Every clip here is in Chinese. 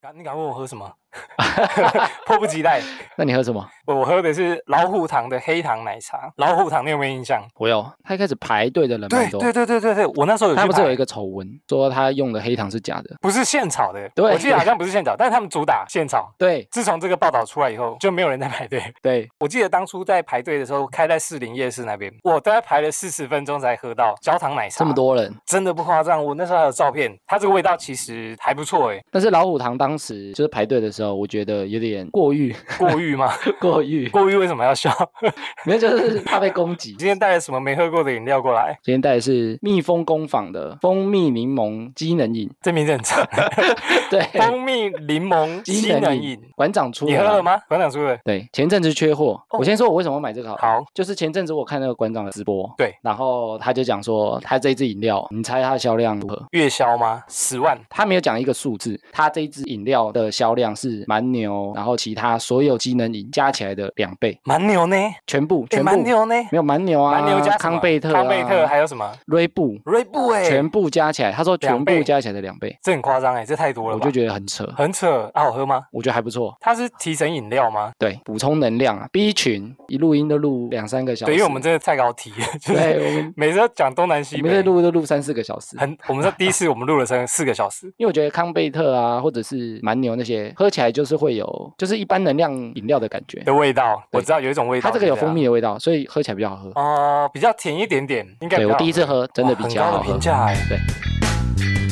敢你敢问我喝什么？ 迫不及待。那你喝什么？我我喝的是老虎堂的黑糖奶茶。老虎堂你有没有印象？我有。他一开始排队的人对蛮多，对对对对对，我那时候有去他不是有一排，个丑闻，说他用的黑糖是假的？不是现炒的，对我记得好像不是现炒，但是他们主打现炒。对自从这个报道出来以后，就没有人在排队。对，我记得当初在排队的时候，开在士林夜市那边，我大概排了四十分钟才喝到焦糖奶茶。这么，多人，真的不夸张。我那时候还有照片，它这个味道其实还不错欸诶，但是老虎堂当时就是排队的时候，我觉得有点过誉， 过誉吗？ 过誉，过誉为什么要笑？ 没有就是怕被攻击。今天带了什么没喝过的饮料过来？今天带的是蜜蜂工坊的蜂蜜柠檬机能饮，这名字很长，对，蜂蜜柠檬机能饮，，馆长出你的喝啦了？吗？馆长出的。对，前阵子缺货。哦我先说我为什么买这个好了，好，就是前阵子我看那个馆长的直播，对，然后他就讲说他这一支饮料，你猜它的销量如何？月销吗？十万。他没有讲一个数字，他这一支饮料的销量是蛮牛，然后其他所有机能饮加起来的两倍，蛮牛呢，诶全部全部蛮牛呢，没有蛮牛啊，蛮牛加什么康贝特、啊、康贝特还有什么？瑞布，瑞布哎，全部加起来，他说全两部倍加起来的两倍，这很夸张哎，这太多了我吧？就觉得很扯，很扯啊，好喝吗？我觉得还不错。它是提神饮料吗？对，补充能量啊，B 群一录音都录两三个小时，对，因为我们真的太高题了， 就是对我 们每次都讲东南我西们这北，录都录三四个小时，很我们在第一次我们录了三四个小时，因为我觉得康贝特啊，或者是蛮牛那些，喝起来就是会有就是一般能量饮料的感觉，的味道，对我知道有一种味道，它这个有蜂，蜜的味道，所以喝起来比较好喝。哦，比较甜一点点，应该对比较我好第一次喝，真的哇比较很高好的喝评。价哎。对，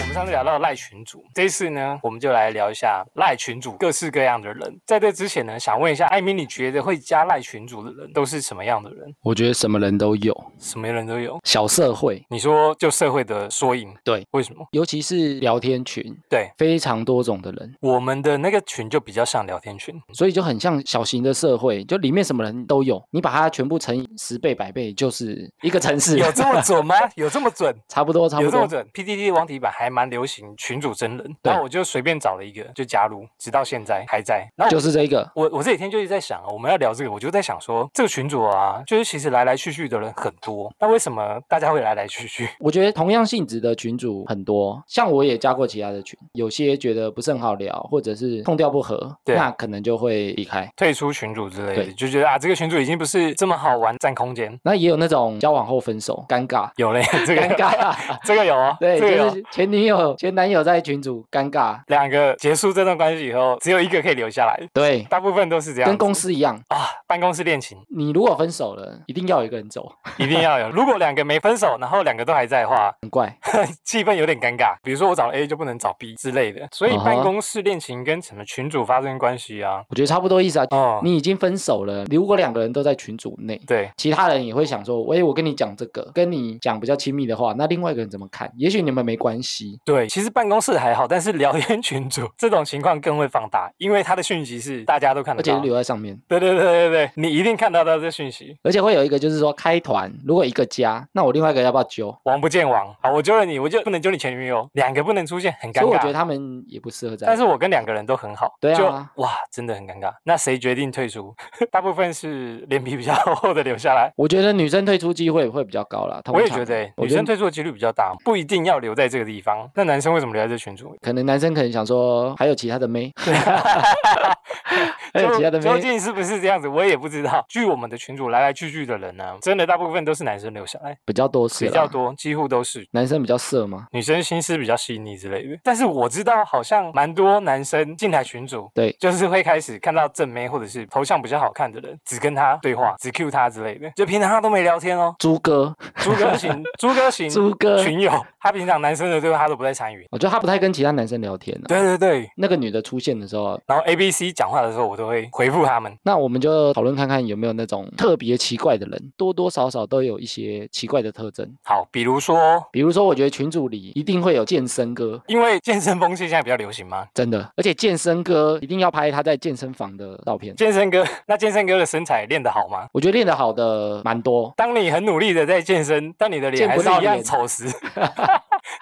我们上次聊到赖群主，这一次呢，我们就来聊一下赖群主各式各样的人。在这之前呢，想问一下艾米，你觉得会加赖群主的人都是什么样的人？我觉得什么人都有，什么人都有。小社会，你说就社会的缩影，对，为什么？尤其是聊天群，对非常多种的人，我们的那个群就比较像聊天 群，所以就很像小型的社会，就里面什么人都有，你把它全部乘以十倍、百倍，就是一个城市，有这么准吗？有这么准？ 差不多，差有不这么多。准？PDD 网体版还蛮流行群主真人，然后我就随便找了一个就加入，直到现在还在。然后我就是这一个，我我这几天就一直在想啊，我们要聊这个，我就在想说，这个群主啊，就是其实来来去去的人很多，那为什么大家会来来去去？我觉得同样性质的群主很多，像我也加过其他的群，有些觉得不是很好聊，或者是痛调不合，对啊那可能就会离开。退出群主之类的，对就觉得啊，这个群主已经不是这么好玩，占空间。那也有那种交往后分手，尴尬，有嘞，这个尴 尬，这个有哦，对，这个有就是前女友、前男友在群主尴尬，两个结束这段关系以后，只有一个可以留下来，对，大部分都是这样子。跟公司一样，啊，办公室恋情你如果分手了，一定要有一个人走，一定要有。如果两个没分手，然后两个都还在的话，很怪。 气氛有点尴尬。比如说我找了 A 就不能找 B 之类的，所以啊哈办公室恋情跟什么群主发生关系啊？我觉得差不多意思啊。哦，你已经分手了，如果两个人都在群组内。对，其他人也会想说，喂，我跟你讲这个，跟你讲比较亲密的话，那另外一个人怎么看？也许你们没关系，对，其实办公室还好，但是聊天群组这种情况更会放大，因为他的讯息是大家都看而得且到是。留在上面。对对啊对对对，你一定看得到这讯息。而且会有一个就是说开团，如果一个加，那我另外一个要不要揪？王不见王，好，我揪了你，我就不能揪你前女友，两个不能出现，很尴所以我觉得尬。他们也不适合在但一起。是我跟两个人都很好，对啊就哇，真的很尴尬。那谁决定退出？ 大部分是脸皮比较 厚的留下来。我觉得女生退出机会会比较高啦，通我也常觉得、欸，我女觉生得退出的几率比较大，不一定要留在这个地方。那男生为什么留在这群组？可能男生可能想说还有其他的妹， 还有究哎其他的究妹，竟是不是这样子，我也不知道。据我们的群主来来去去的人呢、真的大部分都是男生留下来，比较多是比啦较，多，几乎都是。男生比较色嘛。女生心思比较细腻之类的，但是我知道好像蛮多男生进来群组，对就是会开始看到正妹或者是头像比较好看的人，只跟他对话，只 Q 他之类的，就平常他都没聊天哦。猪 哥，猪 哥型，猪哥型猪哥，群友，他平常男生的对话他都不太参与。我觉得他不太跟其他男生聊天了、啊对对对，那个女的出现的时候，然后 A、B、C 讲话的时候，我都会回复他们。那我们就讨论看看有没有那种特别奇怪的人，多多少少都有一些奇怪的特征。好，比如说，比如说，我觉得群组里一定会有健身哥，因为健身风气现在比较流行嘛，真的，而且健身哥一定要拍他在健身房的照片。健身哥，那健身哥的身材练得好吗？我觉得练得好的蛮多，当你很努力的在健身，但你的脸见还不是到一样脸丑时，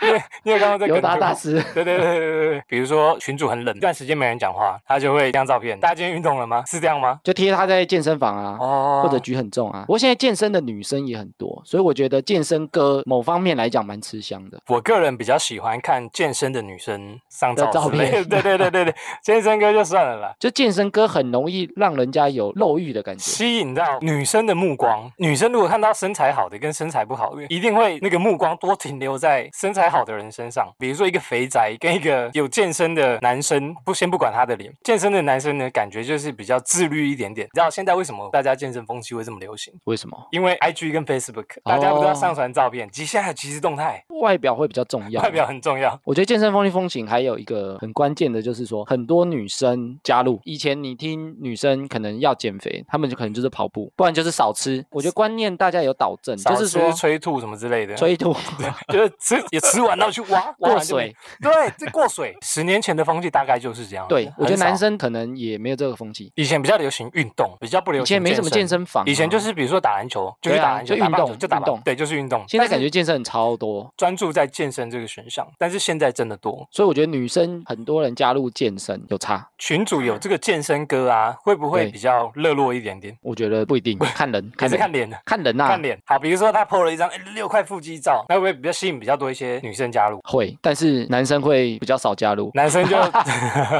你也你也看到这个尤梗达图啊 大师。对对对对对对，比如说群主很冷，一段时间没人讲话，他就会这张照片。大家今天运动了吗？是这样吗？就贴他在健身房啊，哦或者举很重啊。不过现在健身的女生也很多，所以我觉得健身歌某方面来讲蛮吃香的。我个人比较喜欢看健身的女生上的照照之类的片对对对对对，健身哥就算了啦。就健身歌很容易让人家有肉欲的感觉，吸引到女生的目光，女生如果看到身材好的跟身材不好的，一定会那个目光多停留在身材好的人身上。比如说一个肥宅跟一个有健身的男生，不先不管他的脸，健身的男生呢，感觉就是比较自律一点点。你知道现在为什么大家健身风气会这么流行？为什么？因为 I G 跟 Facebook，大家不都要哦上传照片，及现在即时动态，外表会比较重要。外表很重要。我觉得健身风气风行还有一个很关键的，就是说很多女生加入。以前你听女生可能要减肥，她们就可能就是跑步，不然就是少吃。我觉得观念大家有导正，少就是吃说催吐什么之类的，催吐、 就是吃也吃完，然后去挖挖过完就没水。对，这过水。十年前的风气大概就是这样。对，我觉得很少男生可能也没有这个风气，以前比较流行运动，比较不流以行。前没什么健。身房啊、以前就是比如说打篮球，就对去啊打篮球，就打运棒球动就打运棒，动对，就是运动。现在但感是觉健身很超多，专注在健身这个选项，但是现在真的多所以我觉得女生很多人加入健身有差，群主有这个健身歌啊，会不会对比较热络一点点？我觉得不一 定，看人，还看是人，看脸的。看人呐、啊看脸好，比如说他 PO 了一张哎六块腹肌照，那会不会比较吸引比较多一些女生加入？会，但是男生会比较少加入，男 生就，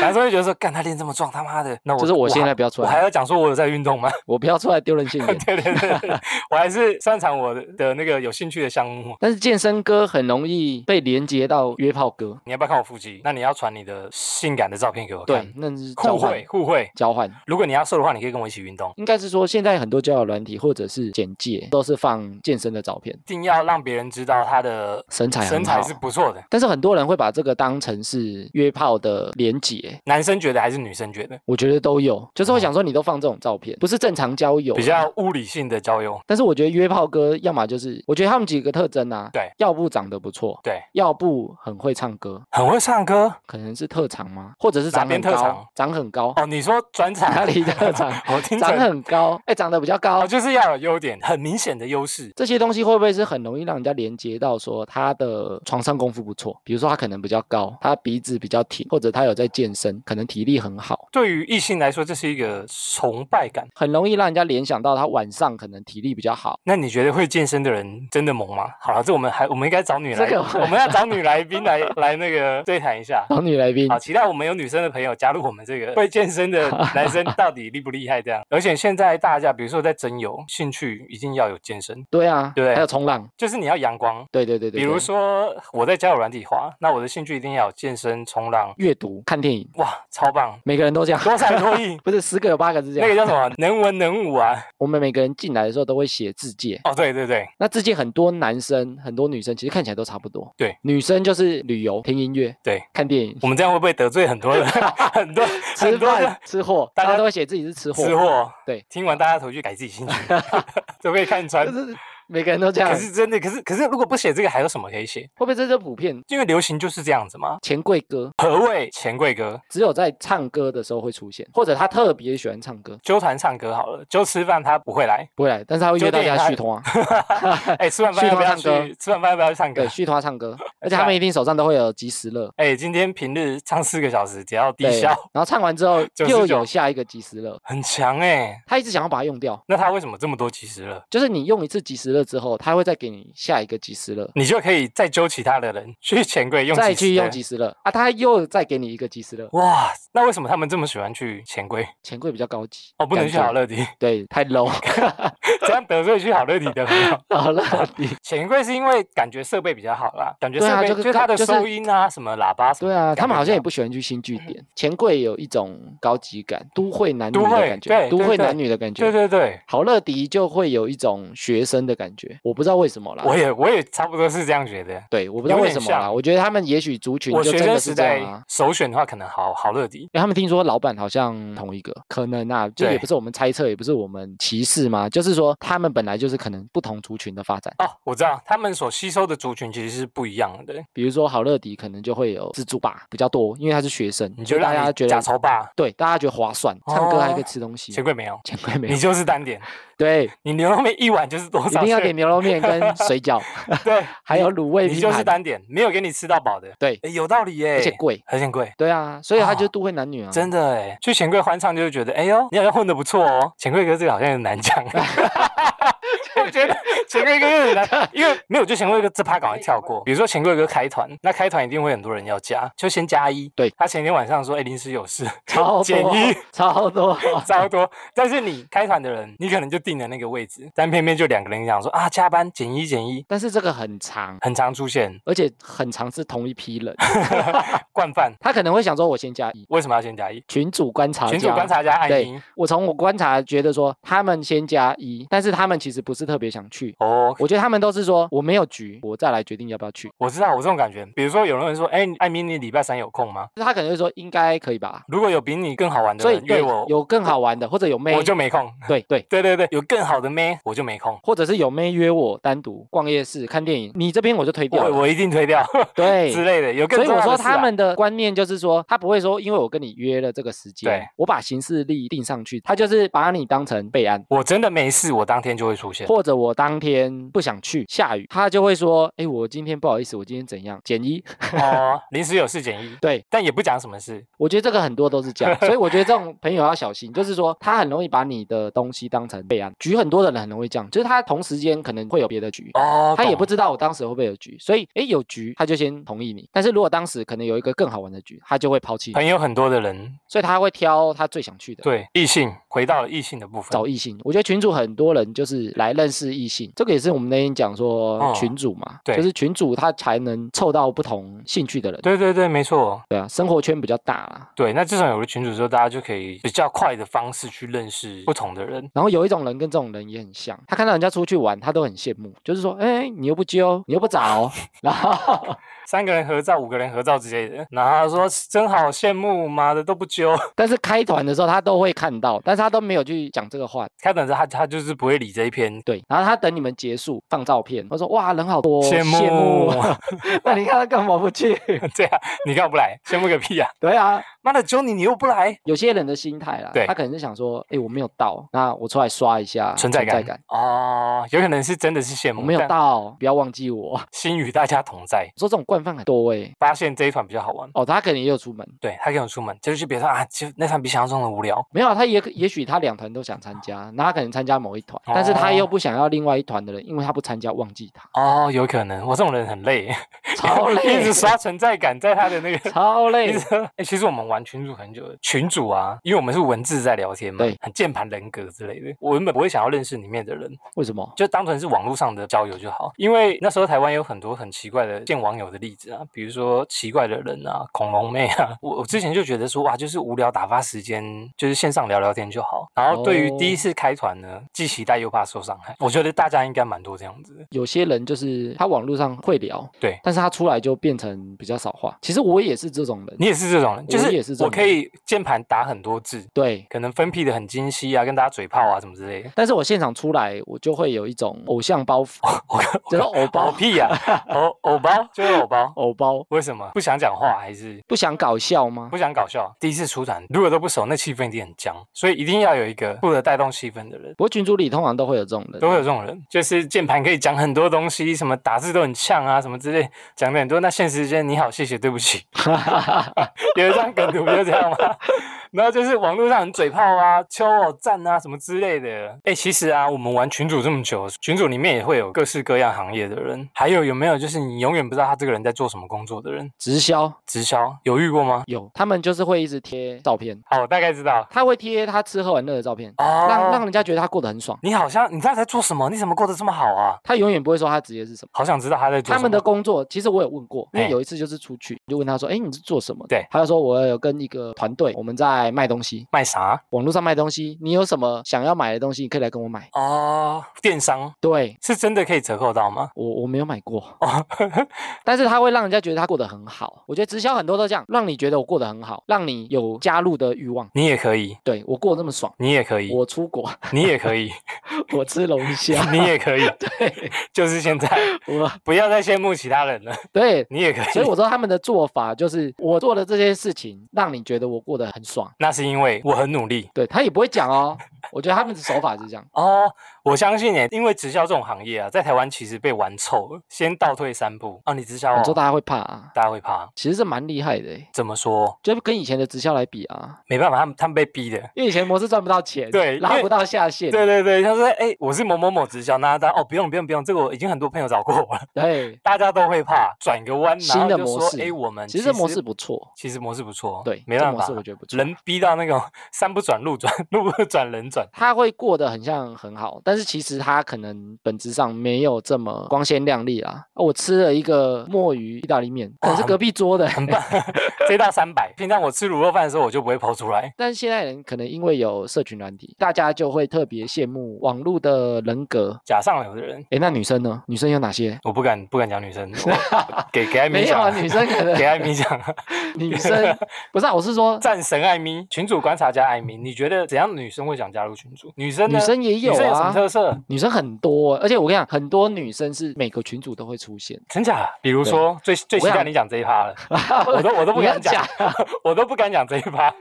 男生会觉得说，干他练这么壮，他妈的，那我就是我现在还不要出我还来，要讲说我有在运动吗？。我不要出来丢人现 眼对对对，对我还是擅长我的的那个有兴趣的项目。但是健身歌很容易被连接到约炮歌，你要不要看我腹肌？那你要传你的性感的照片给我看对，。那是交互换惠，互惠。交换。如果你要瘦的话，你可以跟我一起运动。应该是说，现在很多交友软体或者是简介都是放健身的照片，一定要让别人知道他的身材很身材好是不错的。但是很多人会把这个当成是约炮的连结，男生觉得还是女生觉得我觉得都有，就是会想说你都放这种照片，不是正常交友啊哦比较物理性的交友，但是我觉得约炮哥，要么就是我觉得他们几个特征啊，对，要不长得不错，对，要不很会唱歌，很会唱歌可能是特长吗？或者是哪长边很特高长，长很高， 哦。你说转场哪里特长 我听长成很高，哎，长得比较高哦，，就是要有优点，很明显的优势。这些东西会不会是很容易让人家连接到说他的床上功夫不错？比如说他可能比较高，他鼻子比较挺，或者他有在健身，可能体力很好，对于异性来说，这是一个崇拜感。很容易让人家联想到他晚上可能体力比较好。那你觉得会健身的人真的萌吗？好了，这我们还我们应该找女来，这个我们要找女来宾来来那个对谈一 下。然后女来宾好，期待我们有女生的朋友加入我们这个 会健身的男生到底厉不厉害这样。而且现在大家，比如说在征友，兴趣一定要有健身，对啊，对还有冲浪，就是你要阳光。对对对对，比如对说我在交友软体滑，那我的兴趣一定要有健身、冲浪，阅读、看电影，哇，超棒，每个人都这样，。多才多艺 不是十个有八个是这那样。个叫什么？能文能武啊！我们每个人进来的时候都会写字界，哦，对对对那字界很多男生很多女生其实看起来都差不多。对，女生就是旅游、听音乐、对，看电影、我们这样会不会得罪很多 人？很多吃很多人饭、吃货，大大家家都会写自己是吃货。吃货，对，听完大家头去改自己 兴趣，都被看穿就。是每个人都这样，可会是真的，可是可是，如果不写这个，还有什么可以写？不会这就普遍？因为流行就是这样子嘛。钱柜歌何谓钱柜歌？只有在唱歌的时候会出现，或者他特别喜欢唱歌，纠团唱歌好了，就吃饭他不会来。 不会来，但是他会约大就家电续影团， 哎，吃完饭去要不他要唱歌去？吃完饭要不要去唱歌 对，？续团唱歌，而且他们一定手上都会有即时乐。哎，今天平日唱四个小时，只要低对，消，然后唱完 之后99又有下一个即时乐，很强哎。他一直想要把它用掉，那他为什么这么多其实了？就是你用一次即时乐之后，他会再给你下一个即时乐，你就可以再揪其他的人去钱柜用即时乐，再去用即时乐啊，他又再给你一个即时乐，哇，那为什么他们这么喜欢去钱柜？钱柜比较高级哦，不能去好了，乐迪， 对，太 low，这样得罪去好乐迪的朋 友。好了，你钱柜是因为感觉设备比较好啦，感觉对设啊备、就就是是它的就是收音啊，什么喇叭什么对的感觉比较好。嗯啊，他们好像也不喜欢去新据点，钱柜有一种高级感，都会男女都的会感觉，对都对会对男女的感对觉。对对，好乐迪就会有一种学生的感觉，我不知道为什么啦。我也我也差不多是这样觉得。对，我不知道为什么有点啦。像我觉得他们也许族群我就学真生的时是这代样啊。首选的话，可能好好乐迪。因为他们听说老板好像同一个，可能啊，就对也不是我们猜测，也不是我们歧视嘛，就是说他们本来就是可能不同族群的发展。哦，我知道他们所吸收的族群其实是不一样的，的，比如说好乐迪可能就会有自助吧比较多，因为他是学生，你就大让家你觉假得潮爸，对，大家觉得划算，唱歌还可以哦吃东西，钱柜没有，钱柜没有你，就是单点， 对，你牛肉面一碗就是多一少？定要点牛肉面跟 水饺，对，还有卤味你拼就是盘，单点，没有给你吃到饱的。对诶，有道理耶，而且贵，而且贵。对啊，所以他就哦都会男女啊，真的哎，去钱柜欢唱就是觉得，哎呦，你好像混得不错 哦。钱柜哥这个好像有点难讲，我觉得钱柜哥有点 难，因为没有就钱柜哥这趴赶快跳过。比如说钱柜哥开团，那开团一定会很多人要加，就先加一。对他前一天晚上说，哎，临时有事，超减多一，超多， 超多。但是你开团的人，你可能就定了那个位置，但偏偏就两个人讲说啊，加班减一减一，但是这个很长，很常出现 而且很长是同一批人，惯犯。他可能会想说，我先加一，为什么要先加一？群主观察群主家观察家按对一。我从我观察觉得说，他们先加一，但是他们其实不是特别想去。哦，我觉得他们都是说我没有局，我再来决定要不要去。我知道，我这种感觉。比如说，有人会说：“哎、艾米，你礼拜三有空吗他可能会说应该可以吧？”，如果有比你更好玩的所以人约对啊我，有更好玩的，或者有妹，我就没空。对对，对对对，有更好的妹，我就没空。或者是有妹约我单独逛夜市、看电影，你这边我就推掉我了。我一定推掉 对，之类的。有更所以重我要说的事他啊。们的观念就是说，他不会说因为我跟你约了这个时间对，我把行事历定上去，他就是把你当成备案。我真的没事，我当天就会出 现。或者我当天不想去，下雨，他就会说，哎，我今天不好意思，我今天怎样，减一。 哦，临时有事减一，对，但也不讲什么事。我觉得这个很多都是这样，所以我觉得这种朋友要小心，就是说他很容易把你的东西当成备案。局很多的人很容易这样，就是他同时间可能会有别的局。哦，他也不懂知道我当时会不会有局，所以诶有局他就先同意你，但是如果当时可能有一个更好玩的局，他就会抛弃你，朋友很多的人，所以他会挑他最想去的，对异性回到了异性的部分。找异性。我觉得群主很多人就是来认识异性，这个也是我们那天讲说哦群主嘛，对就是群主他才能凑到不同兴趣的人，对对对，没错。对啊，生活圈比较大啦。对，那至少有了群主之后，大家就可以比较快的方式去认识不同的人。然后有一种人跟这种人也很像，他看到人家出去玩，他都很羡慕，就是说，哎，你又不揪，你又不找，哦 然后，三个人合照、五个人合照之类的。然后他说真好羡慕，妈的都不揪。 但是开团的时候他都会看到，但是他都没有去讲这个话，开等着他，他就是不会理这一篇。 对，然后他等你们结束放照片，他说哇人好多，哦羡慕 那你看他干嘛不去？ 对啊，你干嘛不来？羡慕个屁啊！对啊，妈的揪你，你又不来，有些人的心态啦，对他可能是想说，哎、我没有到，那我出来刷一下存在啊感，感哦，有可能是真的是羡我慕，没有但到，不要忘记我。心与大家同在。说这种惯犯很多哎、发现这一团比较好玩，哦，他可能也有出门，对他跟我出门，就是别说啊，就那团比想象中的无聊。没有啊，他也也许他两团都想参加，那他可能参加某一团，但是他哦又不想要另外一团的人，因为他不参加忘记 他，哦，有可能，我这种人很累，超 累一直刷存在感在他的那个超累其。实，欸其实我们玩群主很久了，群主啊，因为我们是文字在聊天嘛对，很键盘人格之类的。我原本不会想要认识里面的人，为什么？就当成是网络上的交友就好。因为那时候台湾有很多很奇怪的见网友的例子啊，比如说奇怪的人啊，恐龙妹啊。 我我之前就觉得说，哇，就是无聊打发时间，就是线上聊聊天就好。然后对于哦第一次开团呢，既期待又怕受伤害。我觉得大家应该蛮多这样子的。有些人就是他网络上会聊，对但是他出来就变成比较少话。其实我也是这种人，你也是这种人，就我也是是这种我可以键盘打很多字。对，可能分批的很精细啊，跟大家嘴炮哎啊什么之类的。 但是我现场出来，我就会有一种偶像包袱，哦就是偶包包，屁 呀、偶偶包就是偶包，偶包，为什么不想讲话还是不想搞笑吗？不想搞笑？第一次出团，如果都不熟，那气氛一定很僵，所以一定要有一个负责带动气氛的人。不过群组里通常都会有这种人，都会有这种人，就是键盘可以讲很多东西，什么打字都很呛啊，什么之类，讲的很多。那现实间你好，谢谢，对不起， 有一张梗图不就这样吗？ 然后就是网络上很嘴炮啊、秋哦、赞啊什么之类的。哎、其实啊，我们玩群主这么久，群主里面也会有各式各样行业的人，还有有没有就是你永远不知道他这个人在做什么工作的人， 直销直销有遇过吗？有，他们就是会一直贴照片，好，我大概知道。他会贴他吃喝玩乐的照片，哦，让让人家觉得他过得很爽。你好像你到底在做什么？你怎么过得这么好啊？他永远不会说他职业是什么。好想知道他在做什么。他们的工作，其实我有问过，因为嘿有一次就是出去，就问他说：“哎，你是做什么的？”对他就说：“我有跟一个团队，我们在在卖东西，卖啥？网络上卖东西，你有什么想要买的东西，你可以来跟我买。哦，电商对是真的可以折扣到吗？我我没有买过，哦， 但是他会让人家觉得他过得很好。我觉得直销很多都这样，让你觉得我过得很好，让你有加入的欲望。你也可以，对我过得那么爽，你也可以，我出国， 你也可以，我吃龙虾， 你也可以，对 就是现在，我不要再羡慕其他人了， 对。你也可以。所以我说他们的做法就是，我做的这些事情让你觉得我过得很爽。那是因为我很努力对他也不会讲哦，我觉得他们的手法是这样。哦，我相信耶，因为直销这种行业啊，在台湾其实被玩臭了。先倒退三步啊，你直销、我说哦，大家会怕啊，大家会怕，其实是蛮厉害的欸，怎么说？就跟以前的直销来比啊，没办法，他们他们被逼的。因为以前模式赚不到钱，对因拉为不到下线，对对对，他说：“哎、我是某某某直销，那大家哦，不用不用不用，这个我已经很多朋友找过我了， 对，大家都会怕转个弯，然新后的就模说式：哎、我们其实这模式不错，其实模式不错，对，没这办模法式，我觉得不错。人逼到那种山不转路转，路不转人转，他会过得很像很好，但是其实他可能本质上没有这么光鲜亮丽啦。啊我吃了一个墨鱼意大利面，可能是隔壁桌的， 很棒，这道三百。平常我吃卤肉饭的时候，我就不会抛出来。但是现在人可能因为有社群软体，大家就会特别羡慕网络的人格。假上流的人，诶，那女生呢？女生有哪些？我不敢不敢讲女生， 我给给艾米没有讲啊，，女生可给 能艾米讲，啊女生不是、啊，我是说战神艾米群主观察家艾米，你觉得怎样的女生会想加入群主？女生呢女生也女生有什么啊。特色？女生很多，啊而且我跟你讲，很多女生是每个群组都会出现。真假？比如说最最期我待想你讲这一趴 了，我都我都不你要敢讲，我都不敢讲这一趴。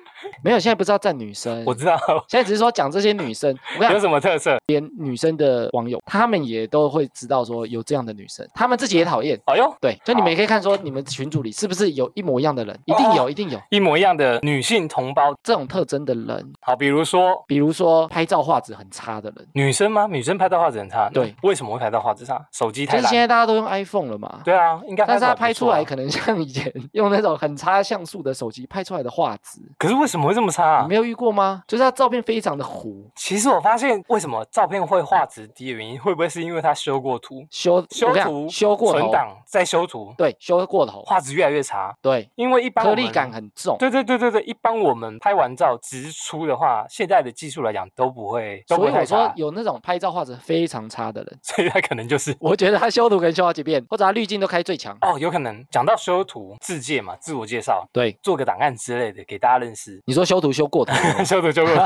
没有，现在不知道站女生，我知道现在只是说讲这些女生。我跟你有讲，什么特色连女生的网友，他们也都会知道说有这样的女生，他们自己也讨厌。哎呦，对，所以你们也可以看说，你们群组里是不是有一模一样的人？一定有，一定有一模一样的女性同胞。这种特征的人。好，比如说比如说拍照画质很差的人，女生吗？女生拍到画质很差。对，为什么会拍到画质差？手机就太是现烂。在大家都用 iPhone 了嘛。。对啊，应该但得是他还拍不出错啊来可能像以前 用那种很差像素的手机拍出来的画质，可是为什么会这么差啊你没？有遇过吗？就是他照片非常的糊，其实我发现，为什么照片会画质低的原因，会不会是因为它修过图、修修我跟你图讲修过存头，档、再修图，对，修过头，画质越来越差？对，因为一般颗我粒们感啊很重，对对对对对，一般我们拍完照直出的话，现在的技术来讲都不会都不所以会我太说差，啊有那种拍照画质非常差的人， 所以它可能就是。我觉得他修图可以修好几遍，或者他滤镜都开最强，哦，有可能讲到修图、自介嘛，自我介绍，对，做个档案之类的给大家认识。你说修图修过 头。 修图修过头，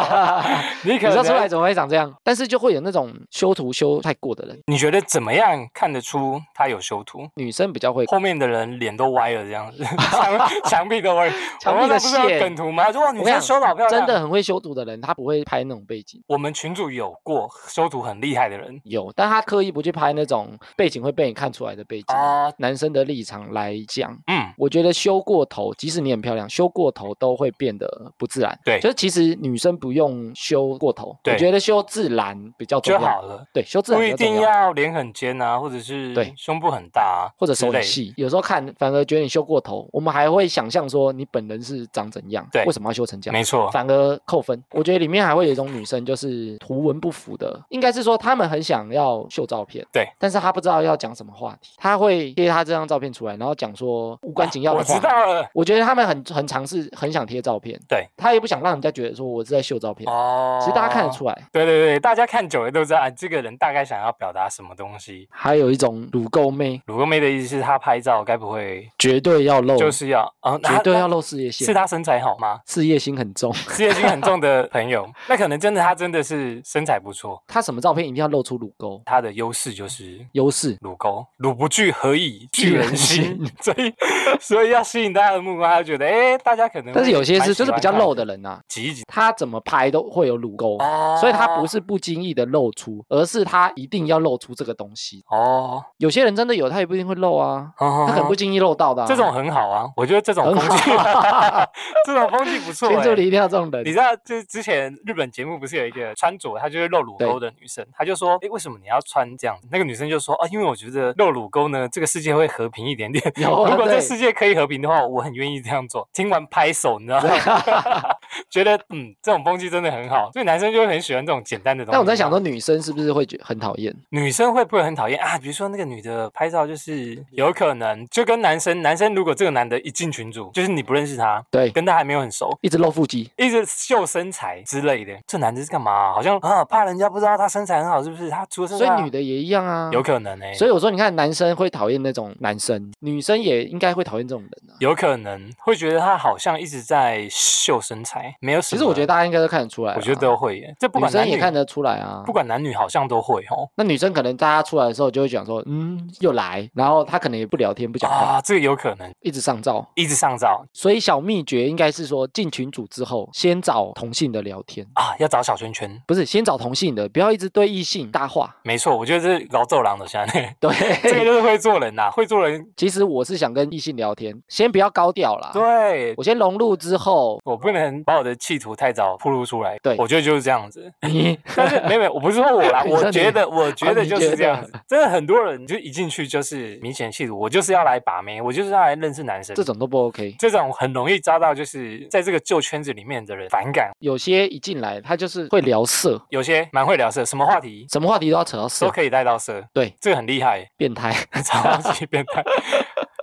你可嗯你说出来能怎么会长这样？但是就会有那种修图修太过的人，你觉得怎么样看得出他有修图？女生比较会后面的人脸都歪了，这样子， 墙墙壁都歪了。墙我壁们的不是有线梗图吗？说哇，我女跟你生讲修得好漂亮。真的，很会修图的人，他不会拍那种背景。我们群主有过修图很厉害的人有，但他刻意不去拍那种背景会被你看出来的背景。啊，男生的立场来讲，嗯，我觉得修过头，即使你很漂亮，修过头都会变得不自然。对就是其实女生不用修过头，我对觉得修自然比较重就要。好了，对，修自然不比一较重定要。要脸很尖啊，或者是对胸部很大啊，或者之手很类细，有时候看反而觉得你修过头，我们还会想象说你本人是长怎样，对为什么要修成这样？没错，反而扣分。我觉得里面还会有一种女生，就是图文不符的，应该是说她们很想要秀照片，对，但是她不知道要讲什么话题，她会贴她这张照片出来，然后讲说无关紧要我的话。知道了。我觉得他们很很尝试，很想贴照片，对她也不想让人家觉得说我是在秀照片，哦，其实大家看得。出来。对对对，大家看久了都知道，啊，这个人大概想要表达什么东西。还有一种乳沟妹，乳沟妹的意思是，她拍照该不会绝对要露，就是要啊，那哦绝对那要露事业是线，她身材好吗？事业心很重。事业心很重的朋友， 那可能真的她真的是身材不错，她什么照片一定要露出乳沟它的优势就是优势，乳沟，乳不惧何以聚聚人人心， 所以所以要吸引大家的目光，他就觉得哎、诶大家可能但是会有些蛮是喜就是比欢较看露的人啊，挤一挤她怎么拍都会有乳沟。哦所以他不是不经意的露出，而是他一定要露出这个东西。哦，有些人真的有，他也不一定会露啊，他他可能不经意露到的、啊。哦这种很好啊，我觉得这种很风气好， 这种风气不错、群欸。主里一定要这种你人，知道，就是之前日本节目不是有一个穿着她就是露乳沟的女生，她就说：“哎，为什么你要穿这样？”那个女生就说：“啊，因为我觉得露乳沟呢，这个世界会和平一点点。有啊如果这对 世界可以和平的话，我很愿意这样做。”听完拍手，你知道吗？觉得嗯，这种风气真的很好，所以男生就会很喜欢这种简单的东西。啊但我在想说，，女生是不是会觉得很讨厌？女生会不会很讨厌啊？比如说那个女的拍照，就是有可能就跟男生，男生如果这个男的一进群组，就是你不认识他，对，跟他还没有很熟，一直露腹肌，一直秀身材之类的，这男的是干嘛、好像啊，怕人家不知道他身材很好，是不是？他除了身所材好，以女的也一样啊。有可能呢、欸，所以我说，你看男生会讨厌那种男生，女生也应该会讨厌这种人啊。有可能会觉得他好像一直在秀身材，没有什其么。实我觉得大家应该都看得出来啦，啊我觉得都会耶，这不女管男生女也看得出来啊不。管男女好像都会哦。那女生可能大家出来的时候就会讲说，嗯，又来，然后她可能也不聊天，不讲话，啊，这个有可能一直上照。一直上照所以小秘诀应该是说，进群组之后，先找同性的聊天，啊，要找小圈圈。不是先找同性的，不要一直对异性搭话。没错，我觉得这是老走狼的现 在，这个对，就是会做人呐、会做人。其实我是想跟异性聊天，先不要高调啦。对，我先融入之后，我不能把我的企图太早暴露出来。对我觉得就是这样子。你但是没有没有，我不是说我啦， 你说我你哦觉得我觉得你就是觉这样得子。真的很多人就一进去就是明显企图，我就是要来把妹，我就是要来认识男生。这种都不 OK。这种很容易抓到，就是在这个旧圈子里面的人反感。有些一进来他就是会聊色，有些蛮会聊色，什么话题什么话题都要扯到都色，可以带到色，对，这个很厉 害，变态。超级变态。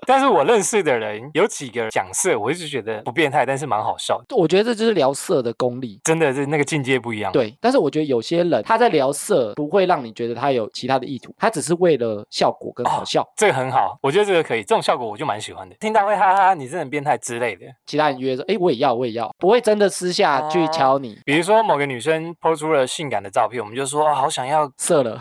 但是我认识的人有几个讲色，我一直觉得不变态，但是蛮好笑的，我觉得这就是聊色的功力。真的是那个境界不一样。，对，但是我觉得有些人他在聊色，不会让你觉得他有其他的意图，他只是为了效果跟好笑，这个很好，我觉得这个可以，这种效果我就蛮喜欢的。听到会哈哈，你真的很变态之类的。其他人约说，哎，我也要，我也要，不会真的私下哦去敲你。比如说某个女生抛出了性感的照片，我们就说、啊好想 要，色了，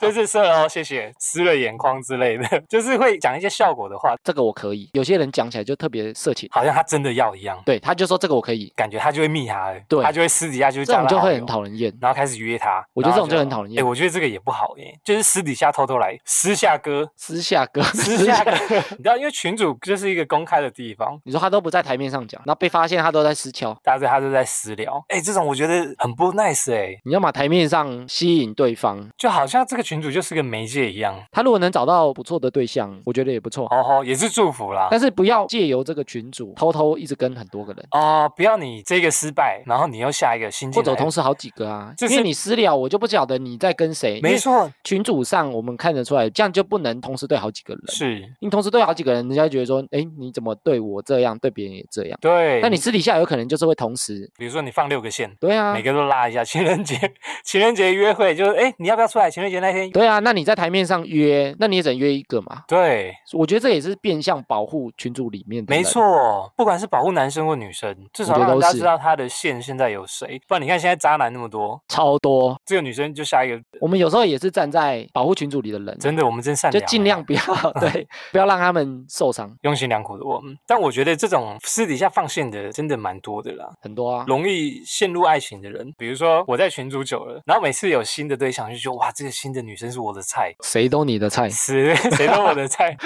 这是色哦，谢谢，湿了眼眶之类的， 就是会讲一些效果的话，这个我可以。有些人讲起来就特别色情，好像他真的要一样。对，他就说这个我可以，感觉他就会密他了，对他就会私底下就会这加种他就好会友很讨人厌。然后开始约他。我觉得然后这种就很讨人厌哎、我觉得这个也不好耶，就是私底下偷偷来，私下 哥，私下哥，私下哥，你知道，因为群主就是一个公开的地方，你说他都不在台面上讲，然后被发现他都在私敲。大家他都在私聊。哎、这种我觉得很不 nice 哎、你要么台面上吸引对方，就好像这个群主就是个媒介一样。他如果能找到不错的对象，我觉得也不错。哦吼，也是祝福啦。但是不要借由这个群主偷偷一直跟很多个人，哦，不要你这个失败，然后你又下一个新进或来的者同时好几个啊，这因为是你私聊我就不晓得你在跟谁。没，错，群主上我们看得出来，这样就不能同时对好几个人。是你同时对好几个人，人家就觉得说，哎，你怎么对我这样，对别人也这样？对。但你私底下有可能就是会同时，比如说你放六个线。对啊每，个都拉一下，情人节， 情人节约会就是，哎，你要不要出来？情人节那天，对啊，那你在台面上约，那你也只能约一个嘛。对，我觉得这也是变相保护群主里面的，没，错，不管是保护男生或女生，至我少觉得让都大家是知道他的线现在有谁。不然你看现在渣男那么多，超多。这个女生就下一个，我们有时候也是站在保护群主里的人，啊真的我们真善就良，欸啊尽量不要 对，不要让他们受伤，用心良苦的我们。但我觉得这种私底下放线的真的蛮多的啦，很多啊。容易陷入爱情的人，比如说我在群组久了，然后每次有新的对象就觉得哇，这个新的女生是我的菜，谁都你 的菜，谁谁都我的菜，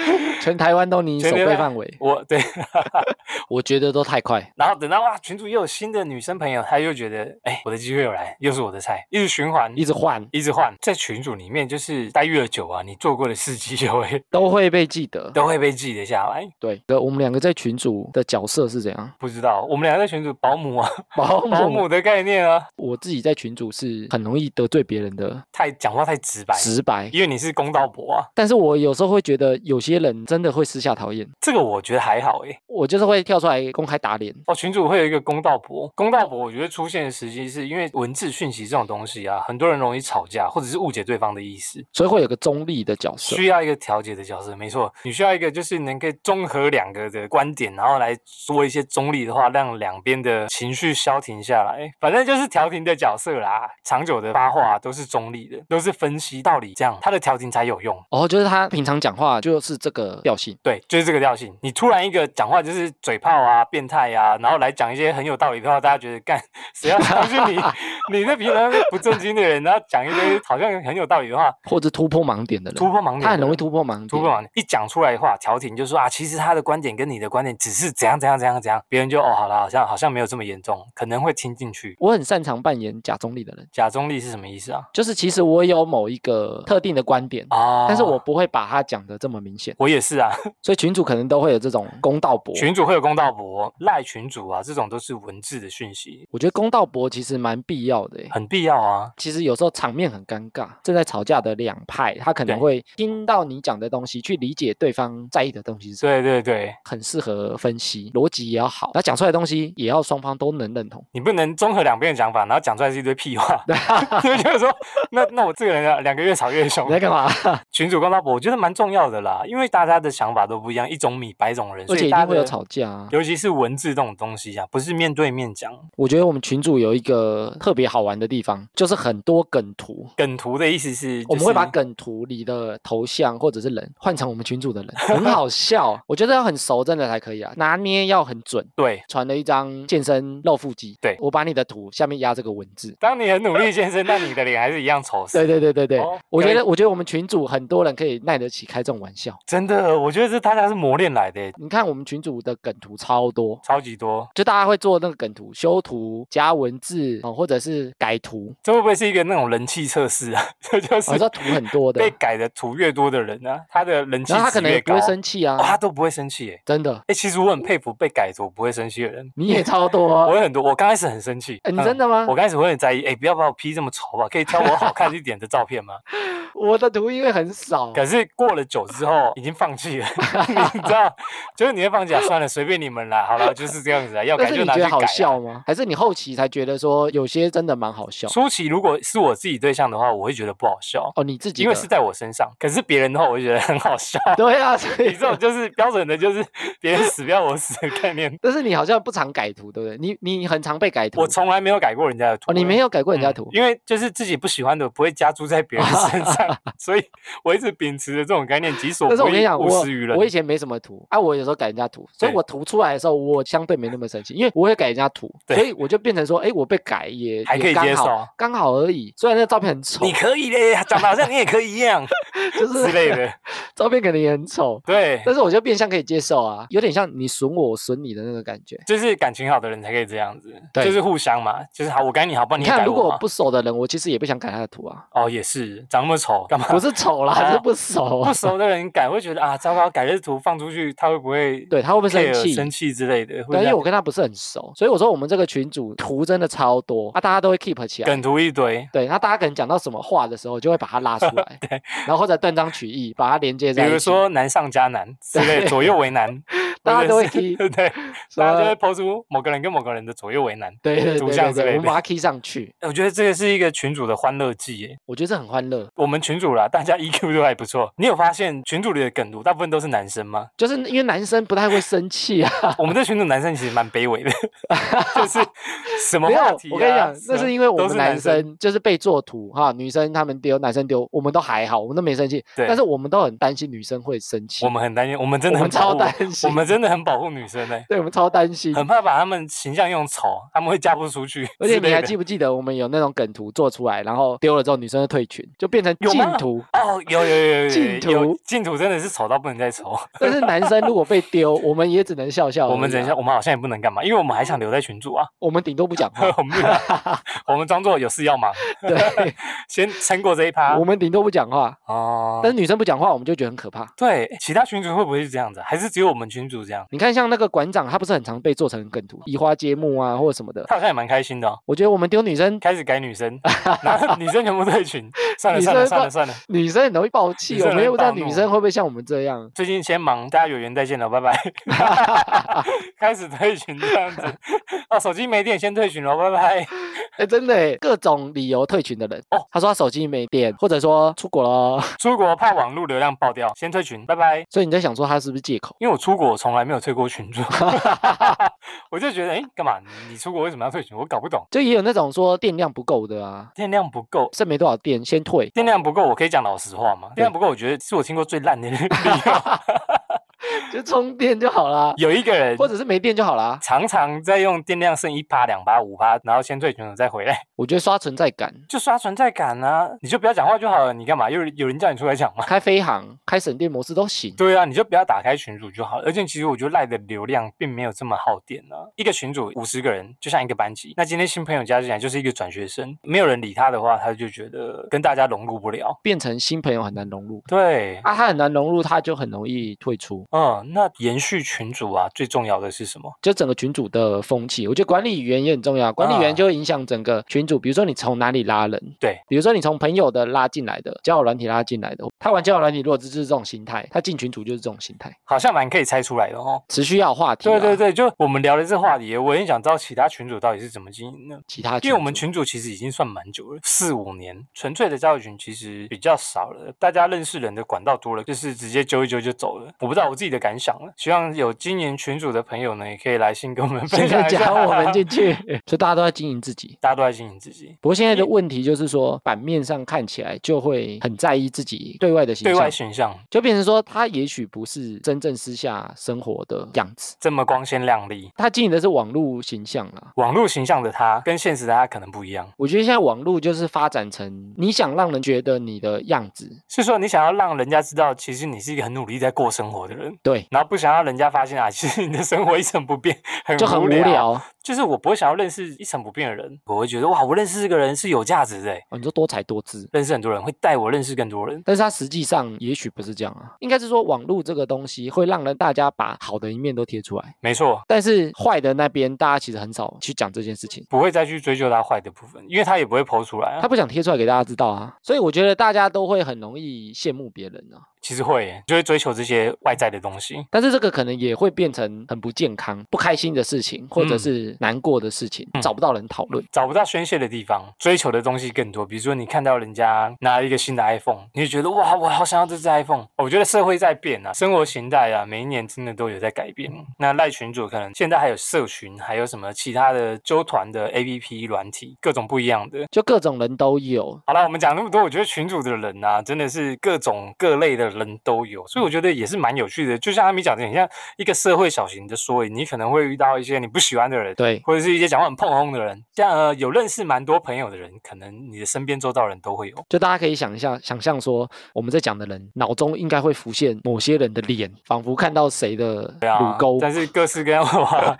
全台湾都你全手台背湾范围，我对。 我觉得都太快。然后等到哇，群主又有新的女生朋友，他又觉得哎，我的机会又来，又是我的菜，一直循环，一直换一直换，在群组里面就是待越久啊，你做过的事迹 就会都会被记得，都会被记得下来。对，呃我们两个在群主的角色是怎样？不知道我们俩在群组保姆啊，保保姆，姆的概念啊，我自己在群主是很容易得罪别人的，太讲话太直白，直白。因为你是公道伯啊，但是我有时候会觉得有些人真的会私下讨厌，这个我觉得还好诶。我就是会跳出来公开打脸。哦，群主会有一个公道伯，公道伯我觉得出现的时机是因为文字讯息这种东西啊，很多人容易吵架或者是误解对方的意思，所以会有个中立的角色。需要一个调节的角色，没错，你需要一个就是能够综合两个的观点，然后来说一些中立的话，让两边的情绪消停下来。反正就是调停的角色啦，长久的发话都是中立的，都是分析道理，这样他的调停才有用。哦，就是他平常讲话就是这个调性，对，就是这个调性。你突然一个讲话就是嘴炮啊、变态啊，然后来讲一些很有道理的话，大家觉得干 谁要相信 你？你那平常不正经的人，然后讲一堆好像很有道理的 话，或者突破盲点的人，突破盲点，他很容易突破盲点。突破盲点，一讲出来的话，调停就说啊，其实他的观点跟你的观点只是怎样怎样怎样怎样，别人就哦，好了，好像好像没有这么严重，可能会听进去。我很擅长扮演假中立的人，假中立是什么意思啊？就是其实我有某一个特定的观点，啊，但是我不会把它讲的这么明显，我也是啊，所以群主可能都会有这种公道博。群主会有公道博、赖群主啊，这种都是文字的讯息，我觉得公道博其实蛮必要的欸。很必要啊。其实有时候场面很尴尬，正在吵架的两派，他可能对会听到你讲的东西，去理解对方在意的东西是什么，对对对，很适合分析，逻辑也要好，那讲出来的东西也要双方都能认同。你不能综合两边的讲法，然后讲出来是一堆屁 话。就觉得说，那那我这个人啊，两个越吵越凶你。在干嘛？群主公道博，我觉得蛮重要的啦，因为大家的想法都不一样，一种米百种人，而所且以一大定家会有的吵架啊。尤其是文字这种东西啊，不是面对面讲。我觉得我们群主有一个特别好玩的地方，就是很多梗图。梗图的意思是，我们会把梗梗图里的头像或者是人换成我们群主的人，很好笑。 我觉得要很熟，真的才可以啊，拿捏要很准。对。传了一张健身露腹肌，对我把你的图下面压这个文字。当你很努力健身，但你的脸还是一样 丑死。对对对对对，哦我觉可以得我觉得我们群主很多人可以耐得起开这种玩笑。真的，我觉得这大家是磨练来的，欸你看我们群主的梗图超多，超级多。就大家会做那个梗图、修图、加文字哦，或者是改图，这会不会是一个那种人气测试啊？ 这就我是知道图很多的被，改的图越多的人啊，他的人气啊然后他可值能也越不高，会生气哦他啊，都不会生气耶。真的，哎，其实我很佩服被改图不会生气的人，你也超 多我啊。有很多，我刚开始很生气。哎你嗯真的吗我刚开始会很在意，哎，不要把我 P 这么丑吧，可以挑我好看一点的照片吗？我的图因为很少，可是过了久之 后，已经放弃了， 你知道，就是你会放弃啊，算了，随便你们啦，好了，就是这样子啊，要但改是就你拿觉去得好改啊、笑哦吗？还是你后期才觉得说有些真的蛮好笑？初期如果是我自己对象的话，我会觉得不好笑，哦，你自己因为的是在我身上；可是别人的话，我就觉得很好笑。 对啊，所你以这种就是标准的，就是别人死不要我死的概 念。但是你好像不常改图，对不对？你你很常被改图，我从来没有改过人家的图、哦，你没有有改过人家图，因为就是自己不喜欢的不会加注在别人身 上，所以我一直秉持着这种概念，即使我但是不我跟你会讲，无我视于人我以，前没什么图啊，我有时候改人家图，所以对我图出来的时候，我相对没那么生气，因为我会改人家图， 对所以我就变成说，哎，我被改也还可以也刚接好受，啊刚好而已。虽然那照片很丑你，可以嘞，长得好像你也可以一样就之类是 的，照片可能也很丑，对。但是我就变相可以接受啊，有点像你损我，我损你的那个感觉。就是感情好的人才可以这样子，对就是互相嘛，就是好，我改你好，不然你你也改看，如果我我嘛。不熟的人，我其实也不想改他的 图啊，哦，也是，长那么丑干嘛？不是丑 啦，啊是不熟不。熟的人改会觉得啊，糟糕，改这图放出去，他会不会对他会不会生 care 气？生气之类的？会对，因这为样我跟他不是很熟，所以我说我们这个群组图真的超多啊，大家都会 keep 起来。梗图一堆。对，那大家可能讲到什么话的时候，就会把它拉出 来，然后或者断章取义，把它连接比在一起。如说难上加难之类，对，左右为难 大家都或会者是 踢对，什大家就会么，抛出某个人跟某个人的左右为难对对对图对像之对，我类们把的。它 key 上去，我觉得这个是一个群主的欢乐季耶，我觉得这很欢乐。我们群主啦，大家 EQ 都还不错。你有发现群主里的梗图大部分都是男生吗？就是因为男生不太会生气啊， 我们这群主男生其实蛮卑微 的，就是什么没有话题、啊，我跟你讲，那什么是因为我都们是男男生就是被做图哈，女生他们丢，男生丢，我们都还好，我们都没生气，对但是我们都很担心女生会生气，我们很担心，我们真的我很们保超护担 我心，们真的很保护女生呢、对我们超担心。很怕把她们形象用丑，她们会嫁不出去而且之你类还的记不记得我们有那种梗图做出来，然后丢了之后女生就退群，就变成有禁吗图。 哦，有有有有净有有土净土真的是丑到不能再 丑。但是男生如果被丢，我们也只能笑笑而已啊。我们等一下，我们好像也不能干嘛，因为我们还想留在群组 啊。我们顶多不讲话。我们 不能我们装作有事要忙， 对，先撑过这一趴我。们顶多不讲话，哦但，是女生不讲话，我们就觉得很可怕。对，其他群主会不会是这样子啊？还是只有我们群主这样？你看，像那个馆长，他不是很常被做成梗图、移花接木啊，或者什么的。他好像也蛮开心的、哦，我觉得我们丢女生，开始改女生，然后女生全部退群，算了女算了生算爆了算了，女生很容易爆气，女生我们又不知道很哦容易女暴怒生会不会像我们这样。最近先忙，大家有缘再见了，拜拜。开始退群这样子，啊，手机没电先退群了，拜拜。哎，真的耶，各种理由退群的人。哦他说他手机没电，或者说出国了，出国怕网络流量爆掉，先退群，拜拜。所以你在想说他是不是借口？因为我出国我从来没有退过群主，我就觉得，哎、干嘛？你出国为什么要退群？我搞不懂。就也有那种说电量不够的啊，电量不够，剩没多少电，先退。 电量不够，我可以讲老实话吗？电量不够，我觉得是我听过最烂的理由。就就充电就好啦，有一个人或者是没电就好啦。常常在用电量剩一趴、两趴、五趴，然后先退群组再回来，我觉得刷存在感，就刷存在感啊！你就不要讲话就好了，你干嘛？有人有人叫你出来讲吗？开飞行、开省电模式都行。 对啊，你就不要打开群组就好了。而且其实我觉得赖的流量并没有这么耗电啊。一个群组五十个人，就像一个班级。那今天新朋友加进来就是一个转学生，没有人理他的话，他就觉得跟大家融入不了。变成新朋友很难融入对，啊，他很难融入，他就很容易退出。嗯，那延续群组啊，最重要的是什么？就整个群组的风气，我觉得管理员也很重要。管理员就会影响整个群组，比如说你从哪里拉人，嗯对，比如说你从朋友的拉进来的，交友软体拉进来的，他玩交友软体如果就是这种心态，他进群组就是这种心态，好像蛮可以猜出来的哦。持续要有话题、对啊对，对，就我们聊的这话题，我也想知道其他群主到底是怎么经营的。其他因为我们组群主其实已经算蛮久了，四五年，纯粹的交友群其实比较少了，大家认识人的管道多了，就是直接揪一揪就走了。我不知道我自己的感想了，希望有经营群主的朋友呢，也可以来信跟我们分现在享一加下。我们进去，所以大家都在经营自 己。大家都在经营自己，不过现在的问题就是说，版面上看起来就会很在意自己对外的形对象外，形象就变成说他也许不是真正私下生活的样子，这么光鲜亮丽，他经营的是网络形象啊。网络形象的他跟现实的他可能不一样。我觉得现在网络就是发展成你想让人觉得你的样子，是说你想要让人家知道，其实你是一个很努力在过生活的人，对，然后不想让人家发现啊，其实你的生活一成不变，很就很无聊。 就是我不会想要认识一成不变的人，我会觉得哇，我认识这个人是有价值的欸，哦，你说多才多姿，认识很多人会带我认识更多人。但是它实际上也许不是这样啊，应该是说网络这个东西会让人大家把好的一面都贴出来，没错，但是坏的那边大家其实很少去讲这件事情。不会再去追究他坏的部分，因为他也不会剖出来、他啊。不想贴出来给大家知道啊，所以我觉得大家都会很容易羡慕别人啊，其实会欸就会追求这些外在的东西。但是这个可能也会变成很不健康、不开心的事情，或者嗯是难过的事情，找不到人讨论。找不到宣泄的地方，追求的东西更多。比如说，你看到人家拿了一个新的 iPhone，你就觉得哇，我好想要这只 iPhone。我觉得社会在变啊，生活形态啊，每一年真的都有在改变。那赖群主可能现在还有社群，还有什么其他的纠团的 APP 软体，各种不一样的。就各种人都有，好了，我们讲那么多，我觉得群主的人啊，真的是各种各类的人都有，所以我觉得也是蛮有趣的。就像阿米讲的，很像一个社会小型的缩影，你可能会遇到一些你不喜欢的人，对，或者是一些讲话很碰轰的人，像呃有认识蛮多朋友的人，可能你的身边周遭人都会有。就大家可以想一下，想象说我们在讲的人脑中应该会浮现某些人的脸，仿佛看到谁的对啊，乳沟。但是各式各样的话，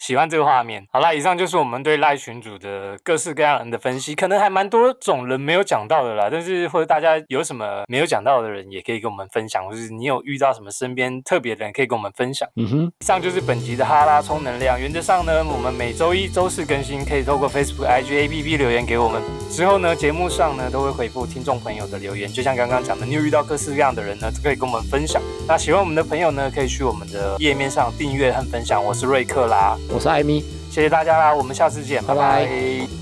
喜欢这个画面。好啦，以上就是我们对赖群主的各式各样人的分析，可能还蛮多种人没有讲到的啦。但是或者大家有什么没有讲到的人，也可以跟我们分享，或是你有遇到什么身边特别的人，可以跟我们分享。嗯哼，以上就是本集的哈拉充能量。原则上呢，我们每周一、周四更新，可以透过 Facebook、IG、APP 留言给我们。之后呢，节目上呢都会回复听众朋友的留言。就像刚刚讲的，你有遇到各式各样的人呢，都可以跟我们分享。那喜欢我们的朋友呢，可以去我们的页面上订阅和分享。我是瑞克啦，我是艾米。谢谢大家啦，我们下次见，拜拜拜